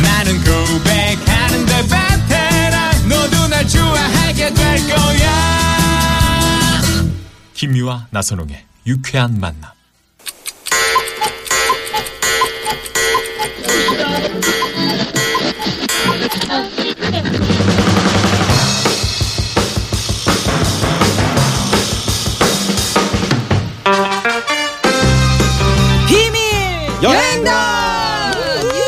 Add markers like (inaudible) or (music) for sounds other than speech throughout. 나는 고백하는데 베테랑 너도 날 좋아하게 될 거야 김유와 나선홍의 유쾌한 만남. 비밀 여행단! 예.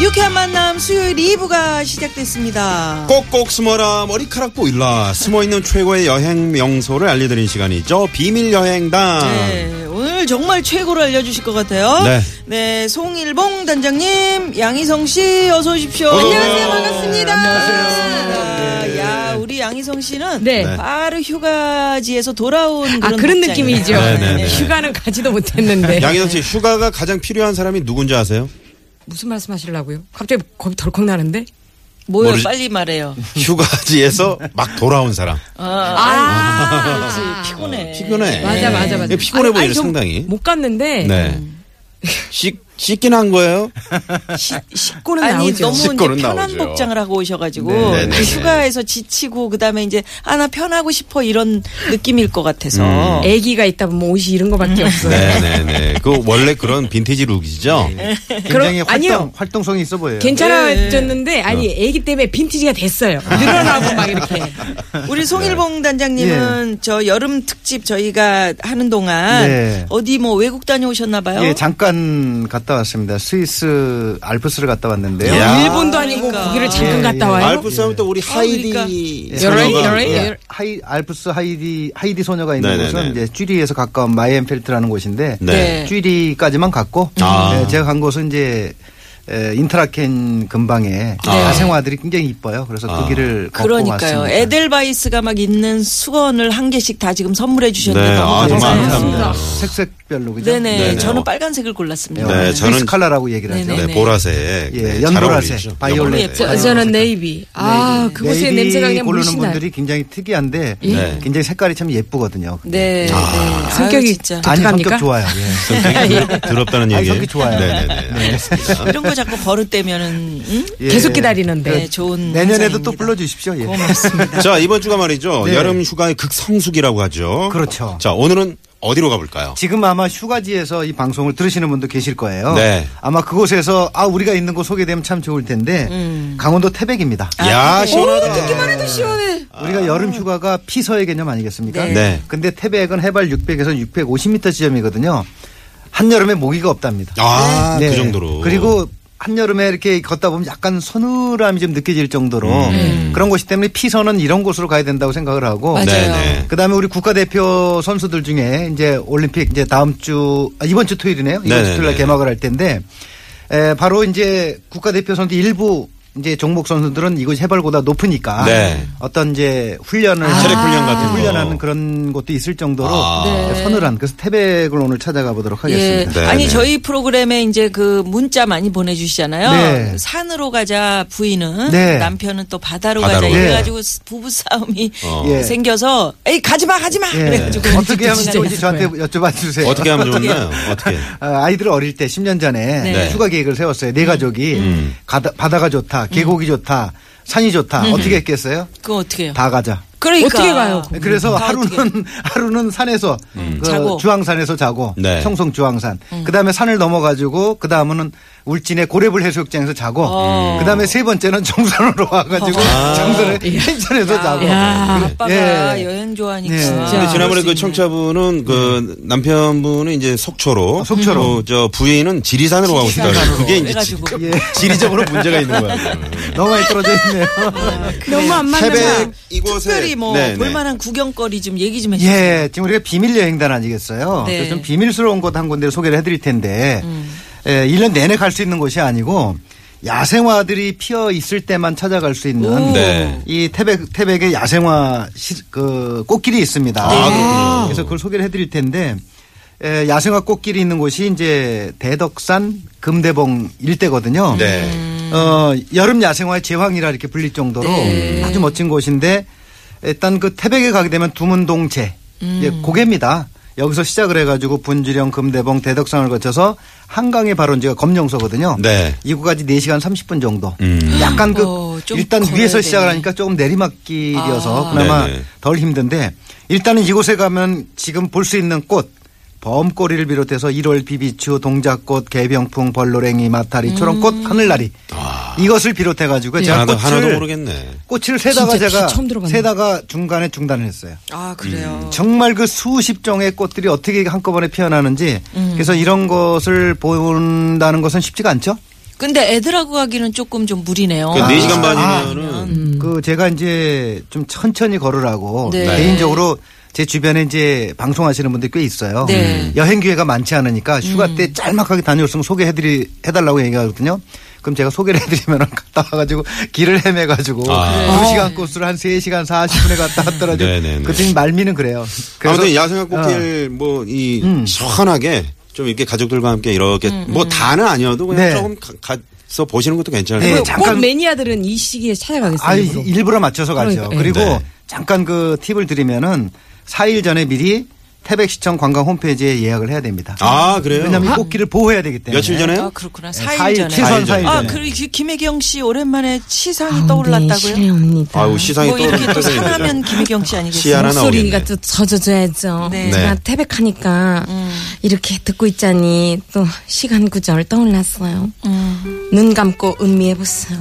유쾌한 만남 수요일 2부가 시작됐습니다. 꼭꼭 숨어라 머리카락 보일라 숨어있는 최고의 여행 명소를 알려드리는 시간이죠 비밀 여행단 네, 오늘 정말 최고로 알려주실 것 같아요. 네. 네, 송일봉 단장님, 양희성 씨, 어서 오십시오. 어서 오세요. 안녕하세요, 반갑습니다. 안녕하세요. 네. 야, 우리 양희성 씨는 네. 네. 바로 휴가지에서 돌아온 아 그런 그런 복장이에요. 느낌이죠. 네, 네, 네. 휴가는 가지도 못했는데 (laughs) 양희선 씨 휴가가 가장 필요한 사람이 누군지 아세요? 무슨 말씀하시려고요? 갑자기 겁이 덜컥 나는데. 뭐요? 모르지- 빨리 말해요. 휴가지에서 막 돌아온 사람 어, 아, 그렇지, 피곤해. 피곤해 네, 맞아, 맞아, 맞아. 피곤해 아니, 보이죠 아니, 좀 뭐, 상당히 못 갔는데 네 씻, 씻긴 한 거예요? 씻고는 아니 나오죠. 너무 이제 식구는 편한 나오죠. 복장을 하고 오셔가지고 네, 네, 그 네. 휴가에서 지치고 그 다음에 이제 아 나 편하고 싶어 이런 느낌일 것 같아서 음. 아기가 있다 보면 옷이 이런 거밖에 없어요. 네네네 그 원래 그런 빈티지 룩이죠 네. (laughs) 굉장히 활동, 아니요. 활동성이 있어 보여요. 괜찮아졌는데 아니 아기 때문에 빈티지가 됐어요. 늘어나고 막 이렇게. 우리 네. 송일봉 단장님은 예. 저 여름 특집 저희가 하는 동안 네. 어디 뭐 외국 다녀오셨나봐요. 예, 잠깐 갔다 왔습니다. 스위스 알프스를 갔다 왔는데요. 야. 일본도 아니고 그러니까. 아, 거기를 잠깐 예, 갔다 예. 와요. 알프스 하면 또 우리 하이디 그러니까. 열어이, 소녀가- 열어이, 예. 열어이. 하이 알프스 하이디 하이디 소녀가 있는 네네네. 곳은 이제 쥐리에서 가까운 마이엔펠트라는 곳인데 네. 쥐리까지만 갔고 아. 예, 제가 간 곳은 이제 에, 인터라켄 근방에 아. 아, 야생화들이 굉장히 이뻐요. 그래서 그 길을 걷고 그러니까요. 왔습니다. 에델바이스가 막 있는 수건을 한 개씩 다 지금 선물해 주셨는데 네, 너무 아, 정말 감사해요. 감사합니다. 색색별로 그죠? 네네. 네네. 저는 빨간색을 골랐습니다. 네, 스위스 저는- 칼라라고 얘기를 하죠. 네, 예, 보라색. 예, 네, 잘 연보라색, 어울리죠. 바이올렛. 연보라색. 저, 저는 네이비. 아 그곳의 네이비 냄새가 그냥 예. 고르는 물씬 나. 분들이 굉장히 특이한데 네. 굉장히 색깔이 참 예쁘거든요. 아, 네. 네. 성격이 아유, 진짜 아니 독특합니까? 성격 좋아요. (laughs) 예. 선생님, 더럽다는 아니, 얘기예요? 성격 좋아요. 네네네. 알겠습니다. 이런 거 자꾸 버릇되면은 응? 예. 계속 기다리는데. 네, 좋은 내년에도 또 현상입니다. 불러주십시오. 예. 고맙습니다. 자, 이번 주가 말이죠. 네. 여름 휴가의 극성수기라고 하죠. (laughs) 그렇죠. 자, 오늘은 어디로 가볼까요? 지금 아마 휴가지에서 이 방송을 들으시는 분도 계실 거예요. 네. 아마 그곳에서 아 우리가 있는 곳 소개되면 참 좋을 텐데 음. 강원도 태백입니다. 야, 시원하다. 우리가 여름 휴가가 피서의 개념 아니겠습니까? 아. 네. 네. 근데 태백은 해발 600에서 650m 지점이거든요. 한여름에 모기가 없답니다. 아, 네. 그 정도로. 그리고 한여름에 이렇게 걷다 보면 약간 서늘함이 좀 느껴질 정도로 그런 곳이 때문에 피서는 이런 곳으로 가야 된다고 생각을 하고 맞아요. 음. 네네. 그다음에 우리 국가대표 선수들 중에 이제 올림픽 이제 다음 주 아, 이번 주 토요일이네요. 이번 주 네네네. 토요일날 개막을 할 텐데 에, 바로 이제 국가대표 선수 일부 이제 종목 선수들은 이곳 해발보다 높으니까 네. 아. 어떤 이제 훈련을 체력 훈련 같은 거. 훈련하는 그런 것도 있을 정도로 아. 네. 서늘한 그래서 태백을 오늘 찾아가 보도록 예. 하겠습니다. 네, 아니 네. 저희 프로그램에 이제 그 문자 많이 보내주시잖아요. 네. 산으로 가자 부인은 네. 남편은 또 바다로, 바다로 가자 가자. 이래가지고 부부 싸움이 예. 생겨서 에이 가지마 가지마 예. 그래가지고 어떻게 하면 네. 진짜 좋은지 있을 저한테 여쭤봐 주세요. 네. 어떻게 하면 좋나요? 어떻게? 아, 아이들 어릴 때 10년 전에 네. 음. 휴가 계획을 세웠어요. 네 가족이 가다- 바다가 좋다, 계곡이 좋다, 산이 좋다. 어떻게 했겠어요? 그거 어떻게 해요? 다 가자. 그러니까 어떻게 가요, 그거? 네, 그래서 다 어떻게 해요? (laughs) 하루는 하루는 산에서 그 자고. 주황산에서 자고 네. 청송 주황산. 그다음에 산을 넘어 가지고 그다음은 울진의 고래불 해수욕장에서 자고 어. 그다음에 세 번째는 정선으로 와 가지고 정선에 (laughs) 펜션에서 자고. 아. 아빠가 예. 여행 좋아하니까 네. 근데 근데 지난번에 그럴 그 수 있네. 청자분은 그 남편분은 이제 속초로, 속초로. 어, 저 부인은 지리산으로 가고 싶다. 그래요. 그게 이제 지- 그래가지고 예. 지리적으로 문제가 있는 거야. 너무 많이 떨어져 있네요. 너무 안 맞는 태백 이곳에 특별히 뭐 네, 네. 볼만한 구경거리 좀 얘기 좀 해주세요. 예, 지금 우리가 비밀 여행단 아니겠어요? 네. 음. 그래서 좀 비밀스러운 곳 한 군데 를 소개를 해드릴 텐데 예, 1년 내내 갈 수 있는 곳이 아니고 야생화들이 피어 있을 때만 찾아갈 수 있는 네. 이 태백 태백의 야생화 시- 그 꽃길이 있습니다. 아, 그래서 그걸 소개를 해드릴 텐데 에, 야생화 꽃길이 있는 곳이 이제 대덕산 금대봉 일대거든요. 네. 어, 여름 야생화의 제왕이라 이렇게 불릴 정도로 네. 아주 멋진 곳인데 일단 그 태백에 가게 되면 두문동체 음. 예, 고개입니다. 여기서 시작을 해가지고 분주령, 금대봉, 대덕산을 거쳐서 한강의 발원지가 검룡서거든요. 네. 이곳까지 4시간 30분 정도. 음. 약간 그 어, 좀 일단 걸어야 위에서 시작을 되네. 하니까 그러니까 조금 아. 내리막길이어서 그나마 네네. 덜 힘든데 일단은 이곳에 가면 지금 볼 수 있는 꽃 범꼬리를 비롯해서 1월 비비추, 동작꽃, 개병풍, 벌노랭이, 마타리, 음. 초롱꽃, 하늘나리 이것을 비롯해 가지고 제가 아. 하나도, 꽃을 하나도 모르겠네. 꽃을 세다가 진짜 제가 처음 들어봤네. 세다가 중간에 중단을 했어요. 아 그래요. 정말 그 수십 종의 꽃들이 어떻게 한꺼번에 피어나는지 음. 그래서 이런 것을 본다는 것은 쉽지가 않죠. 근데 애들하고 가기는 조금 좀 무리네요. 그 4시간 아. 반이면은 음. 그 제가 이제 좀 천천히 걸으라고 네. 개인적으로 제 주변에 이제 방송하시는 분들 꽤 있어요. 음. 네. 여행 기회가 많지 않으니까 휴가 음. 때 짤막하게 다녀올으면 소개해드리 해달라고 얘기하거든요. 그럼 제가 소개를 (laughs) 해드리면 갔다 와가지고 길을 헤매가지고 아. 두 시간 코스를 한 세 시간 4 0 분에 갔다 왔더라도 네네네. 그때 말미는 그래요. 아무튼 야생화 어. 꽃길 뭐 이 음. 시원하게 좀 이렇게 가족들과 함께 이렇게 음, 뭐 다는 아니어도 그냥 네. 조금 가, 서 보시는 것도 괜찮을 것 네, 같아요. 자- 잠깐- 꽃 매니아들은 이 시기에 찾아가겠어요. 아, 일부러. 일부러 맞춰서 가죠. 그러니까, 예. 그리고 네. 잠깐 그 팁을 드리면은 4일 전에 미리 태백시청 관광 홈페이지에 예약을 해야 됩니다. 아, 그래요? 왜냐하면 꽃길을 보호해야 되기 때문에. 며칠 아 전에요? 그렇구나. 네, 4일, 사일, 전에. 최소한 4일 전에. 아, 그리고 기- 김혜경 씨 오랜만에 치상이 아, 떠올랐다고요? 네, 실례합니다. 아우, 시상이 뭐 또 이렇게 또 떠서 있는데. 상하면 김혜경 씨 시야. 아니겠어요? 하나 목소리가 나오겠네. 또 젖어줘야죠. 네. 제가 네. 태백하니까 이렇게 듣고 있자니 또 시간 구절 떠올랐어요. 눈 감고 음미해보세요.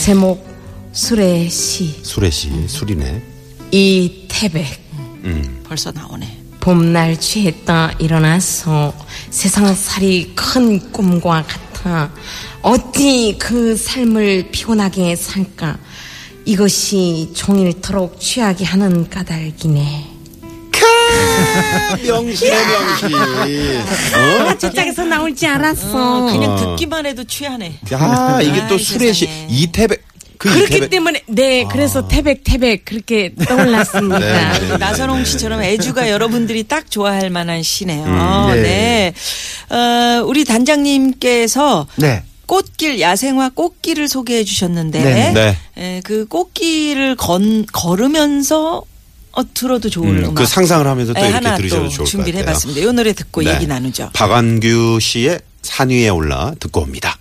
제목 술의 시. 수레씨, 수리네. 이 태백. 벌써 나오네. 어. 봄날 취했다 일어나서 세상 살이 큰 꿈과 같아 어찌 그 삶을 피곤하게 살까 이것이 종일토록 취하게 하는 까닭이네 명시네, 명시. 아, 저짝에서 나올 지 알았어 그냥 듣기만 해도 취하네. 아, 이게 또 아이, 수레씨, 세상에. 이태백. 그 그렇기 이태백. 아. 때문에 네 그래서 태백 태백 그렇게 떠올랐습니다 네, 네. 그 나선홍 씨처럼 애주가 여러분들이 딱 좋아할 만한 시네요. 음. 네. 네. 어, 우리 단장님께서 네. 꽃길 야생화 꽃길을 소개해 주셨는데 네. 네. 에, 그 꽃길을 건 걸으면서 어, 들어도 좋을 음, 음악. 그 상상을 하면서 또 네, 이렇게 하나 들으셔도 또 좋을 것 같아요. 네. 준비를 해봤습니다. 이 노래 듣고 얘기 나누죠. 박완규 씨의 산 위에 올라 듣고 옵니다.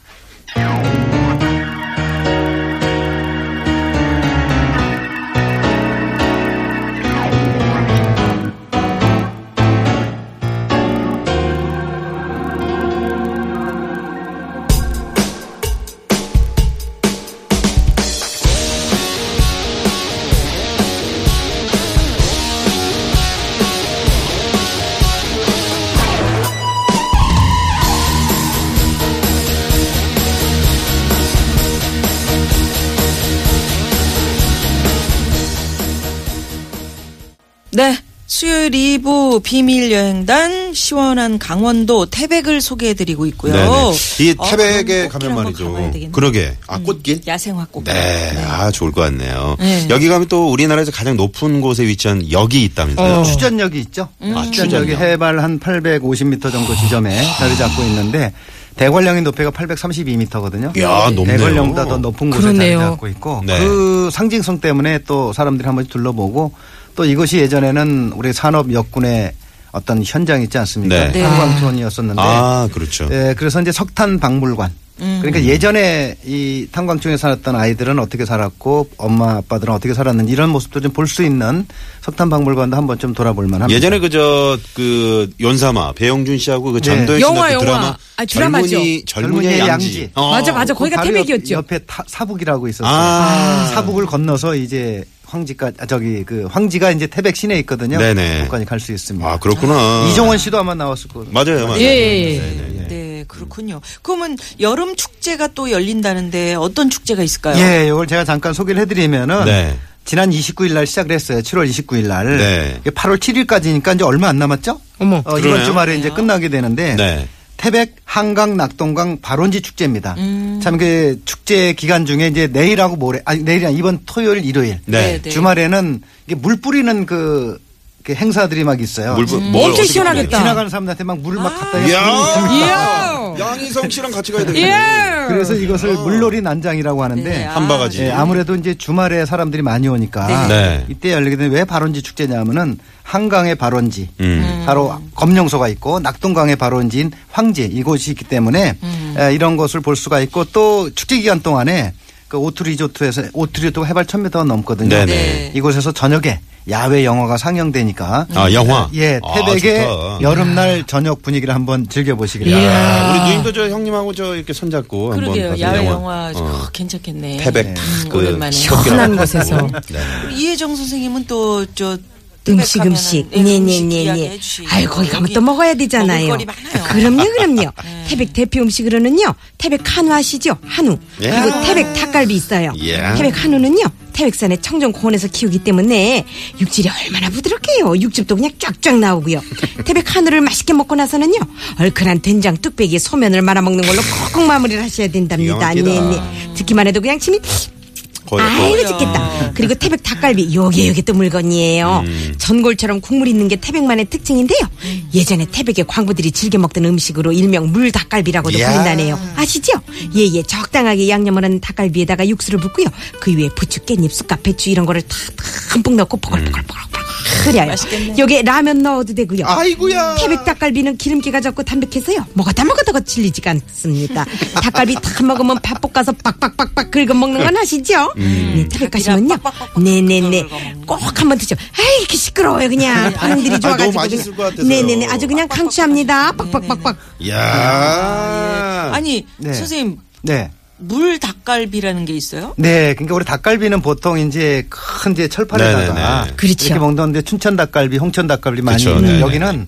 네. 수요일 2부 비밀 여행단 시원한 강원도 태백을 소개해드리고 있고요. 네네. 이 어, 그럼 꽃길 태백에 가면 한번 가봐야 말이죠. 되겠네. 음. 그러게. 아, 꽃길? 야생화 꽃길. 네, 아 좋을 것 같네요. 네. 여기 가면 또 우리나라에서 가장 높은 곳에 위치한 역이 있다면서요? 어. 어. 추전역이 있죠. 어. 아, 추전역이 추전역. 해발 한 850m 정도 지점에 아. 자리 잡고 있는데 대관령의 높이가 832m거든요. 이야, 높네요. 대관령보다 더 높은 곳에 그러네요. 자리 잡고 있고 네. 그 상징성 때문에 또 사람들이 한 번씩 둘러보고 또 이것이 예전에는 우리 산업 역군의 어떤 현장 있지 않습니까? 네. 네. 탄광촌이었었는데 아 그렇죠. 예, 그래서 이제 석탄 박물관. 음. 그러니까 예전에 이 탄광촌에 살았던 아이들은 어떻게 살았고 엄마 아빠들은 어떻게 살았는지 이런 모습도 좀 볼 수 있는 석탄 박물관도 한번 좀 돌아볼 만합니다. 예전에 그저 그 연사마 배영준 씨하고 그 네. 전도연 씨 영화, 같은 영화. 드라마 아, 드라마죠. 젊은이 젊은이의 젊은이의 양지. 양지. 어. 맞아 맞아 그 거기가 바로 태백이었죠. 옆, 옆에 타- 사북이라고 있었어요. 아. 사북을 건너서 이제 황지까 아, 저기 그 황지가 이제 태백 시내에 있거든요. 네네. 거기까지 갈 수 있습니다. 아 그렇구나. 이종원 씨도 아마 나왔을 거예요. 맞아요, 맞아요. 예, 예, 예. 네, 네네. 네, 그렇군요. 그러면 여름 축제가 또 열린다는데 어떤 축제가 있을까요? 예, 이걸 제가 잠깐 소개를 해드리면은 네. 지난 29일 날 시작을 했어요. 7월 29일 날. 네. 이게 8월 7일까지니까 이제 얼마 안 남았죠? 어머 어, 이번 그러네요. 주말에 이제 끝나게 되는데 네. 태백 한강 낙동강 발원지 축제입니다. 참 그 축제 기간 중에 이제 내일하고 모레 아니 내일이 아니라 이번 토요일 일요일 네. 네, 네. 주말에는 이게 물 뿌리는 그, 그 행사들이 막 있어요. 물, 뭘 음, 엄청 어떻게 시원하겠다. 지나가는 사람들한테 막 물을 막 갖다 뿌려요? 뿌리는 이야! 이야! 양희성 씨랑 같이 가야 되겠네. 예. 그래서 이것을 어. 물놀이 난장이라고 하는데 네, 아. 한 바가지. 예, 아무래도 이제 주말에 사람들이 많이 오니까 네. 이때 열리게 되면 왜 발원지 축제냐면은 한강의 발원지 음. 바로 검룡소가 있고 낙동강의 발원지인 황제 이곳이 있기 때문에 음. 에, 이런 것을 볼 수가 있고 또 축제 기간 동안에 그 오투 리조트에서 오투 리조트가 해발 1000m가 넘거든요. 네네. 네. 이곳에서 저녁에 야외 영화가 상영되니까 아, 영화. 예, 아, 태백의 좋다. 예. 여름날 저녁 분위기를 한번 즐겨 보시기 야, 바랍니다. 우리 누님도 저 형님하고 저 이렇게 손잡고 그러게요. 한번 야외 영화, 어. 아, 괜찮겠네. 음, 태백 탁 그, 오랜만에. 시원하게 시원한 나가지고. 곳에서. 네. 이혜정 선생님은 또저 네, 음식 음식 네네네네 아유 거기 가면 또 먹어야 되잖아요 먹을거리 많아요. 네. 그럼요 (laughs) 그럼요 태백 대표 음식으로는요 태백 한우 아시죠 한우 예. 그리고 태백 닭갈비 있어요 예. 태백 한우는요 태백산의 청정고원에서 키우기 때문에 육질이 얼마나 부드럽게요 육즙도 그냥 (laughs) 쫙쫙 나오고요 태백 한우를 맛있게 먹고 나서는요 얼큰한 된장 뚝배기에 소면을 말아먹는 걸로 콕콕 마무리를 하셔야 된답니다 명확하다. 네네 듣기만 해도 그냥 침이 거의 아이고 거의. 짓겠다. 그리고 태백 닭갈비 요게 요게 또 물건이에요. 음. 전골처럼 국물 있는 게 태백만의 특징인데요. 예전에 태백의 광부들이 즐겨 먹던 음식으로 일명 물닭갈비라고도 이야. 부른다네요. 아시죠? 예예 적당하게 양념을 한 닭갈비에다가 육수를 붓고요. 그 위에 부추, 깻잎, 쑥갓, 배추 이런 거를 다 듬뿍 넣고 보글보글보글보글 끓여요. 요게 라면 넣어도 되고요. 음. 아이고야. 태백 닭갈비는 기름기가 적고 담백해서요. 먹었다 먹었다 거 질리지가 않습니다. 닭갈비 다 먹으면 밥 볶아서 빡빡빡빡 긁어 먹는 건 아시죠? 음. 네, 태백 가시면요. 네네네. 꼭 한번 드죠. 아이, 이렇게 시끄러워요, 그냥. 반응들이 너무 좋아가지고. 맛있을 것 같아서요. 네네네. 아주 그냥 강추합니다. 빡빡빡빡. 야. 아, 예. 아니 네. 선생님 네. 물 닭갈비라는 게 있어요? 네, 그러니까 우리 닭갈비는 보통 이제 큰 이제 철판에다가 네네네. 그렇죠. 이렇게 먹는데 춘천 닭갈비, 홍천 닭갈비 많이 그쵸, 있는데 그렇죠. 네네. 여기는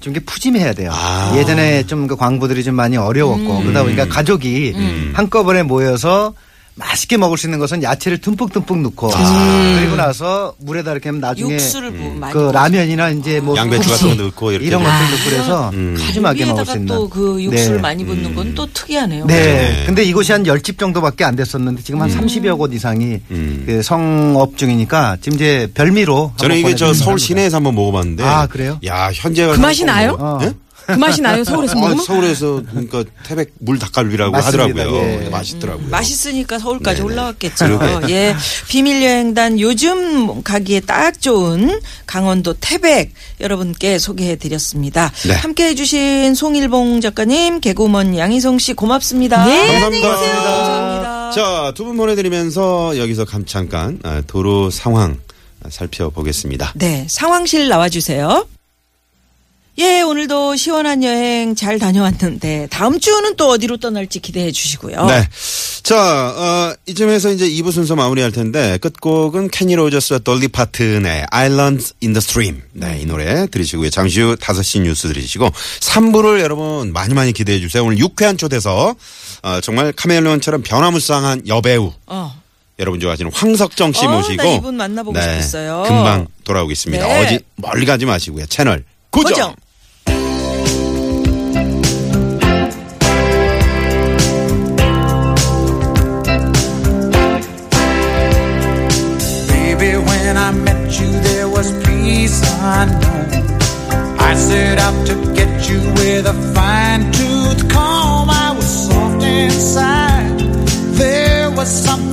좀 이게 푸짐해야 돼요. 아. 음. 예전에 좀 그 광부들이 좀 많이 어려웠고 그러다 보니까 가족이 한꺼번에 모여서 맛있게 먹을 수 있는 것은 야채를 듬뿍듬뿍 넣고 아. 그리고 나서 물에다 이렇게 하면 나중에 육수를 음. 많이 네. 그 라면이나 이제 뭐 양배추 국수 같은 거 넣고 이렇게 음. 이런 좀. 것들 넣고 그래서 푸짐하게 먹을 수 음. 갈비에다가 있는 또 그 육수를 네. 많이 붓는 건 또 특이하네요. 네. 근데 이곳이 한 10집 정도밖에 안 됐었는데 지금 한 30여 곳 이상이 음. 그 성업 중이니까 지금 이제 별미로 저는 한번 이게 저 보내드리려고 서울 합니다. 시내에서 한번 먹어봤는데. 아, 그래요? 야 현재 그 맛이 나요? 어. 예? 그 맛이 네. 나요 서울에서 아, 먹으면? 서울에서 그러니까 태백 물 닭갈비라고 맞습니다. 하더라고요. 예. 근데 맛있더라고요. 맛있으니까 서울까지 네네. 올라왔겠죠. 그러게. 예. 비밀 여행단 요즘 가기에 딱 좋은 강원도 태백 여러분께 소개해 드렸습니다. 네. 함께 해 주신 송일봉 작가님, 개구먼 양희성 씨 고맙습니다. 감사합니다. 예, 감사합니다. 자, 두 분 보내드리면서 여기서 감- 잠깐 아, 도로 상황 아, 살펴보겠습니다. 네, 상황실 나와주세요. 예, 오늘도 시원한 여행 잘 다녀왔는데 다음 주는 또 어디로 떠날지 기대해 주시고요. 네. 자, 어, 이쯤에서 이제 2부 순서 마무리할 텐데 끝곡은 케니 로저스와 돌리 파튼의 Islands in the Stream. 네, 이 노래 들으시고요. 잠시 후 5시 뉴스 들으시고 3부를 여러분 많이 많이 기대해 주세요. 오늘 유쾌한 초대서 어, 정말 카멜론처럼 변화무쌍한 여배우 어, 여러분 좋아하시는 황석정 씨 어, 모시고 네, 나 이분 만나보고 싶었어요. 금방 돌아오겠습니다. 네. 어디 멀리 가지 마시고요. 채널 고정. 고정. Baby, when I met you, there was peace unknown. I set out to get you with a fine tooth comb. I was soft inside. There was something.